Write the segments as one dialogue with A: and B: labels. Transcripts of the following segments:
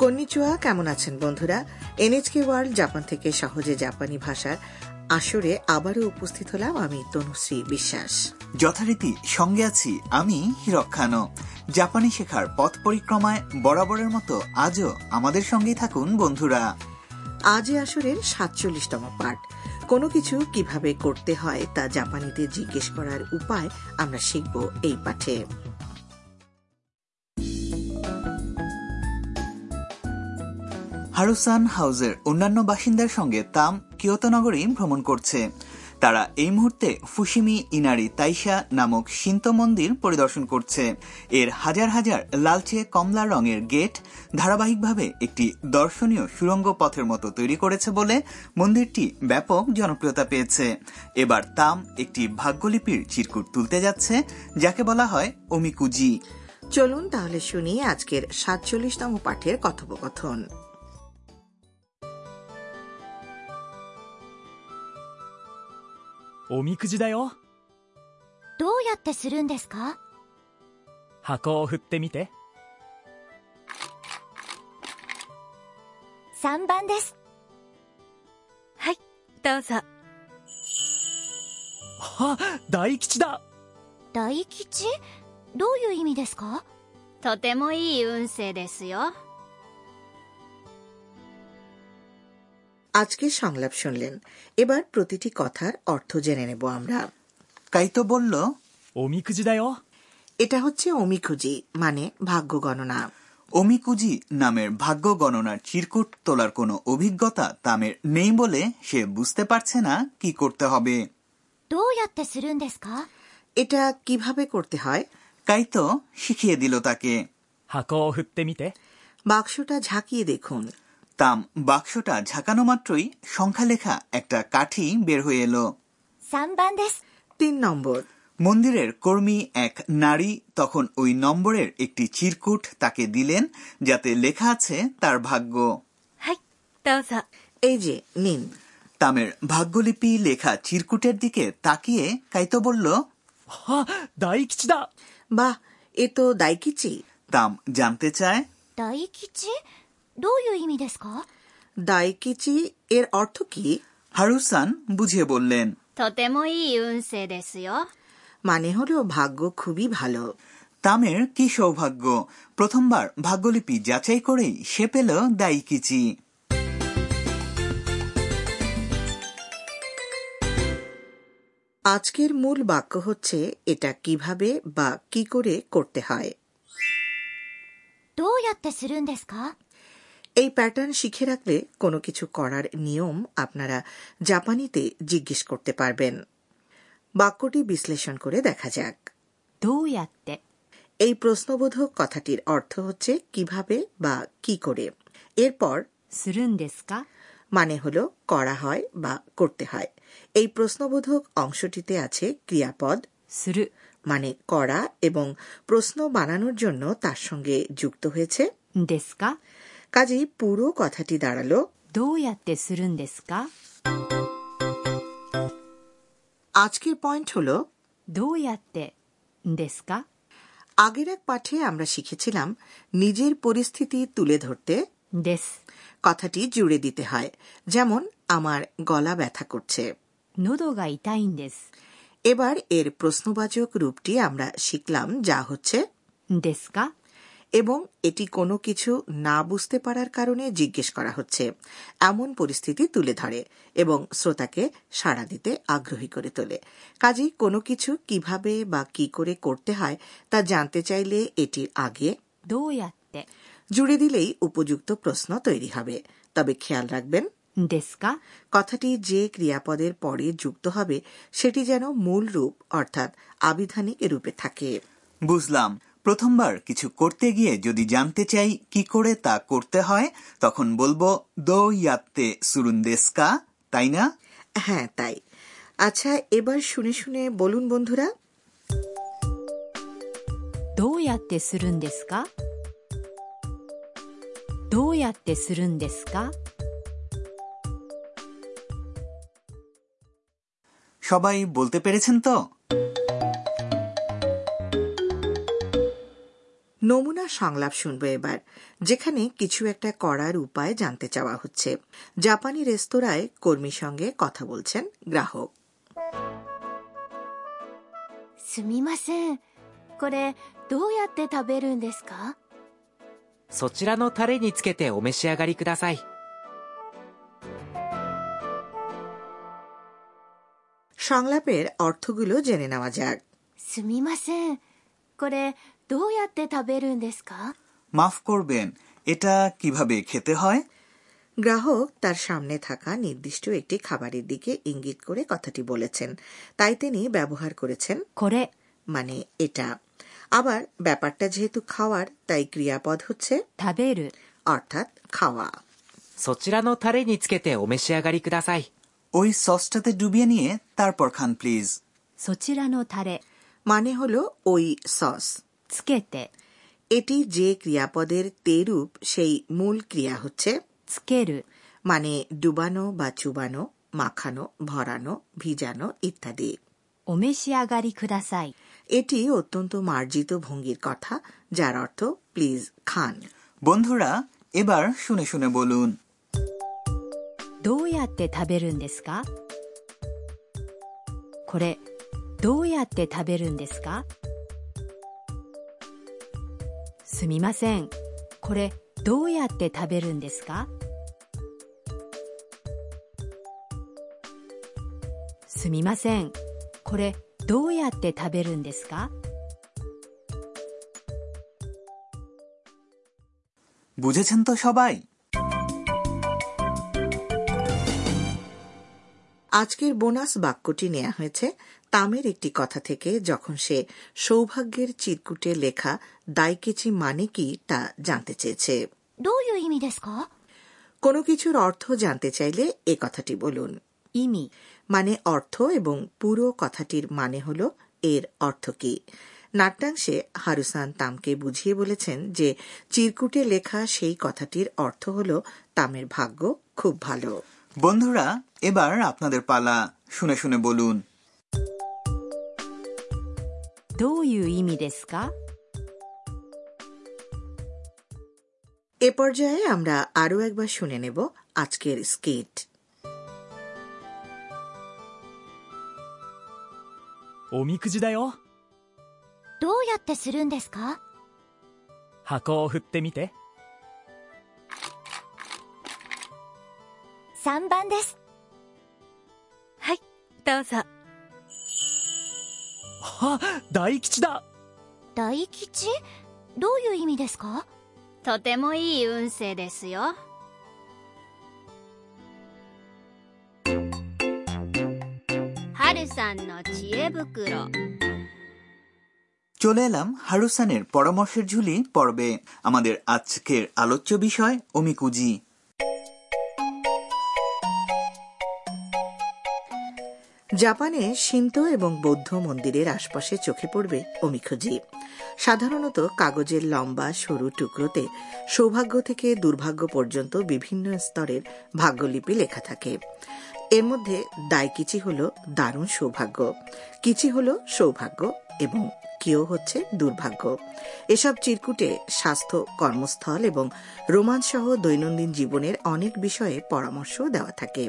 A: কন্নিচুয়া কেমন আছেন বন্ধুরা এনএচকে ওয়ার্ল্ড জাপান থেকে সহজে জাপানি ভাষার আসরে আবারও উপস্থিত হলাম আমি তনুশ্রী বিশ্বাস
B: যথারীতি সঙ্গে আছি আমি হিরক খানো জাপানি শেখার পথ পরিক্রমায় বরাবরের মতো আজও আমাদের সঙ্গেই থাকুন বন্ধুরা
A: আজ এ আসরের সাতচল্লিশতম পার্ট কোনো কিছু কিভাবে করতে হয় তা জাপানিতে জিজ্ঞেস করার উপায় আমরা শিখব এই পাঠে
B: হারুসান হাউজের অন্যান্য বাসিন্দার সঙ্গে তাম কিয়োতো নগরী ভ্রমণ করছে তারা এই মুহূর্তে ফুসিমি ইনারি তাইশা নামক শিন্ত মন্দির পরিদর্শন করছে এর হাজার হাজার লালচে কমলা রঙের গেট ধারাবাহিকভাবে একটি দর্শনীয় সুরঙ্গ পথের মতো তৈরি করেছে বলে মন্দিরটি ব্যাপক জনপ্রিয়তা পেয়েছে এবার তাম একটি ভাগ্যলিপির চিরকুট তুলতে যাচ্ছে যাকে বলা হয় ওমিকুজি
A: চলুন তাহলে শুনি আজকের সাতচল্লিশতম পাঠের কথোপকথন
C: おみくじだよ
D: どうやってするんですか
C: 箱を振ってみて
D: ?3 番です。はい、どうぞ。
C: あ大吉だ
D: 大吉どういう意味ですか
E: とてもいい運勢ですよ
A: আজকে সংলাপ শুনলেন এবার প্রতিটি কথার অর্থ জেনে নেব আমরা
B: কাইতো বলল
C: おみくじだよ
A: এটা হচ্ছে অমিখুজি মানে ভাগ্য গণনা
B: ওমিকুজি নামের ভাগ্য গণনার চিরকুট তোলার কোনো অভিজ্ঞতা তামের নেই বলে সে বুঝতে পারছে না কি করতে হবে
D: どうやってするんですか
A: এটা কিভাবে করতে হয়
B: কাইতো শিখিয়ে দিল তাকে
C: 箱を振ってみて
A: বাক্সটা ঝাঁকিয়ে দেখুন
B: তাম বাক্সটা ঝাঁকানো মাত্রই সংখ্যা লেখা একটা কাঠি বের হয়ে এলো
D: 3番です。
A: তিন নম্বর
B: মন্দিরের কর্মী এক নারী তখন ওই নম্বরের একটি চিরকুট তাকে দিলেন যাতে লেখা আছে তার ভাগ্য
D: はい、どうぞ。
A: এই যে নিন
B: তামের ভাগ্যলিপি লেখা চিরকুটের দিকে তাকিয়ে কাইতো বলল
C: あ大吉だ
A: বাহ এ তো দাইকিচি
B: তাম জানতে চায়
D: 大吉どういう意味ですか
A: দাইকিচি এর অর্থ কি
B: হারুসান বুঝিয়ে বললেন
E: とてもいい運勢ですよ
A: মানে হলো ভাগ্য খুবই ভালো
B: তামের কি সৌভাগ্য প্রথমবার ভাগ্যলিপি যাচাই করেই সে পেল দাইকিচি
A: আজকের মূল বাক্য হচ্ছে এটা কিভাবে বা কি করে করতে হয়
D: どうやってするんですか
A: এই প্যাটার্ন শিখে রাখলে কোনো কিছু করার নিয়ম আপনারা জাপানিতে জিজ্ঞেস করতে পারবেন বাক্যটি বিশ্লেষণ করে দেখা যাক
D: どうやって。
A: এই প্রশ্নবোধক কথাটির অর্থ হচ্ছে কিভাবে বা কি করে এরপর
D: するんですか
A: মানে হলো করা হয় বা করতে হয় এই প্রশ্নবোধক অংশটিতে আছে ক্রিয়াপদ
D: する。
A: মানে করা এবং প্রশ্ন বানানোর জন্য তার সঙ্গে যুক্ত হয়েছে
D: ですか
A: কাজেই পুরো কথাটি দাঁড়ালো
D: どうやってするんですか
A: আজকের পয়েন্ট হলো
D: どうやってですか
A: আগের এক পাঠে আমরা শিখেছিলাম নিজের পরিস্থিতি তুলে ধরতে
D: です。
A: কথাটি জুড়ে দিতে হয় যেমন আমার গলা ব্যথা করছে
D: 喉が痛いんです。
A: এবার এর প্রশ্নবাচক রূপটি আমরা শিখলাম যা হচ্ছে
D: ですか
A: এবং এটি কোনো কিছু না বুঝতে পারার কারণে জিজ্ঞেস করা হচ্ছে এমন পরিস্থিতি তুলে ধরে এবং শ্রোতাকে সাড়া দিতে আগ্রহী করে তোলে কাজেই কোনো কিছু কিভাবে বা কি করে করতে হয় তা জানতে চাইলে এটির আগে
D: どうやって。
A: জুড়ে দিলেই উপযুক্ত প্রশ্ন তৈরি হবে তবে খেয়াল রাখবেন
D: ですか
A: কথাটি যে ক্রিয়াপদের পরে যুক্ত হবে সেটি যেন মূল রূপ অর্থাৎ আবিধানিক রূপে থাকে
B: বুঝলাম প্রথমবার কিছু করতে গিয়ে যদি জানতে চাই কি করে তা করতে হয় তখন বলবো দো ইয়াত্তে সুরুন্দেস্কা তাই না
A: হ্যাঁ তাই আচ্ছা এবার শুনে শুনে বলুন বন্ধুরা
D: どうやってするんですかどうやってするんですか
B: সবাই বলতে পেরেছেন তো
A: নমুনা সংলাপ শুনবো এবার যেখানে কিছু একটা করার উপায় জানতে চাওয়া হচ্ছে জাপানি রেস্তোরাঁয় কর্মীর সঙ্গে কথা বলছেন গ্রাহক
D: すみませんこれどうやって食べるんですか
F: そちらのタレにつけてお召し上がりください。
A: সংলাপের অর্থগুলো জেনে নেওয়া যাক
D: すみませんこれどうやって食べるんですか
B: মাফ করবেন এটা কিভাবে খেতে হয়
A: গ্রাহক তার সামনে থাকা নির্দিষ্ট একটি খাবারের দিকে ইঙ্গিত করে কথাটি বলেছেন তাই তিনি ব্যবহার করেছেন
D: これ
A: মানে এটা আবার ব্যাপারটা যেহেতু খাওয়ার তাই ক্রিয়াপদ হচ্ছে
D: 食べる
A: অর্থাৎ খাওয়া
F: そちらのタレにつけてお召し上がりください。
B: ওই সসটাতে ডুবিয়ে নিয়ে তারপর খান প্লিজ
D: そちらのタレ
A: মানে হলো ওই সস
D: つけて
A: এটি যে ক্রিয়াপদের তেরূপ সেই মূল ক্রিয়া হচ্ছে
D: つける
A: মানে ডুবানো বা চুবানো মাখানো ভরানো ভিজানো ইত্যাদি
D: お召し上がりください
A: এটি অত্যন্ত মার্জিত ভঙ্গির কথা যার অর্থ প্লিজ খান
B: বন্ধুরা এবার শুনে শুনে বলুন
D: どうやって食べるんですかこれどうやって食べるんですかすみませんこれどうやって食べるんですかすみませんこれどうやって食べるんですか
B: বুঝেছেন তো সবাই
A: আজকের বোনাস বাক্যটি নেওয়া হয়েছে তামের একটি কথা থেকে যখন সে সৌভাগ্যের চিরকুটে লেখা দাইকেচি মানে কি তা জানতে চেয়েছে
G: どういう意味ですか
A: কোনো কিছুর অর্থ জানতে চাইলে এ কথাটি বলুন
D: 意味
A: মানে অর্থ এবং পুরো কথাটির মানে হল এর অর্থ কি নাট্যাংশে হারুসান তামকে বুঝিয়ে বলেছেন যে চিরকুটে লেখা সেই কথাটির অর্থ হল তামের ভাগ্য খুব ভালো
B: বন্ধুরা এবার আপনাদের পালা শুনে শুনে বলুন
D: どういう意味ですか
A: এ পর্যায়ে আমরা আরও একবার শুনে নেব আজকের স্কিট
C: おみくじだよ
G: どうやってするんですか
C: 箱を振ってみて
G: ?3 番です。
D: はいどうぞ
C: あ大吉だ
G: 大吉どういう意味ですか
E: とてもいい運勢ですよ春さんの知恵袋
B: চলে এলাম হারুসানের পরামর্শের ঝুলি পর্বে আমাদের আজকের আলোচ্য বিষয় অমিকুজি
A: জাপানে সিন্ত এবং বৌদ্ধ মন্দিরের আশপাশে চোখে পড়বে অমিখজি সাধারণত কাগজের লম্বা সরু টুকরোতে সৌভাগ্য থেকে দুর্ভাগ্য পর্যন্ত বিভিন্ন স্তরের ভাগ্যলিপি লেখা থাকে এর মধ্যে দায়কিচি হল দারুণ সৌভাগ্য কিচি হল সৌভাগ্য এবং কিও হচ্ছে দুর্ভাগ্য এসব চিরকুটে স্বাস্থ্য কর্মস্থল এবং রোমাঞ্চসহ দৈনন্দিন জীবনের অনেক বিষয়ে পরামর্শ দেওয়া থাকে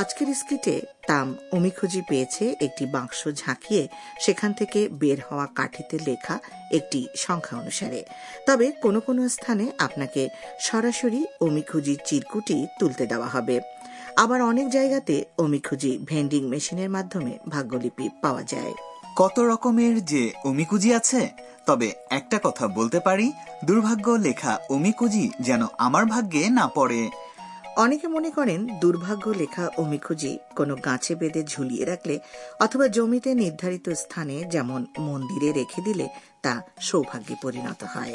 A: আজকের স্কিটে তাম অমিখুজি পেয়েছে একটি বাক্স ঝাঁকিয়ে সেখান থেকে বের হওয়া কাঠিতে লেখা একটি সংখ্যা অনুসারে তবে কোনো কোনো স্থানে আপনাকে সরাসরি অমিখুজির চিরকুটি তুলতে দেওয়া হবে আবার অনেক জায়গাতে অমিখুজি ভেন্ডিং মেশিনের মাধ্যমে ভাগ্যলিপি পাওয়া যায়
B: কত রকমের যে অমিকুজি আছে তবে একটা কথা বলতে পারি দুর্ভাগ্য লেখা অমিকুজি যেন আমার ভাগ্যে না পড়ে
A: অনেকে মনে করেন দুর্ভাগ্য লেখা অমিখুজি কোনো গাছে বেঁধে ঝুলিয়ে রাখলে অথবা জমিতে নির্ধারিত স্থানে যেমন মন্দিরে রেখে দিলে তা সৌভাগ্যে পরিণত হয়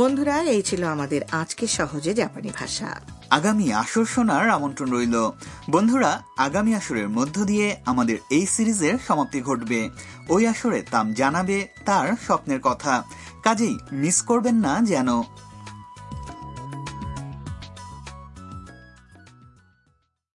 A: বন্ধুরা এই ছিল আমাদের আজকে সহজে জাপানি ভাষা
B: আগামী আসর শোনার আমন্ত্রণ রইল বন্ধুরা আগামী আসরের মধ্য দিয়ে আমাদের এই সিরিজের সমাপ্তি ঘটবে ওই আসরে তাম জানাবে তার স্বপ্নের কথা কাজেই মিস করবেন না যেন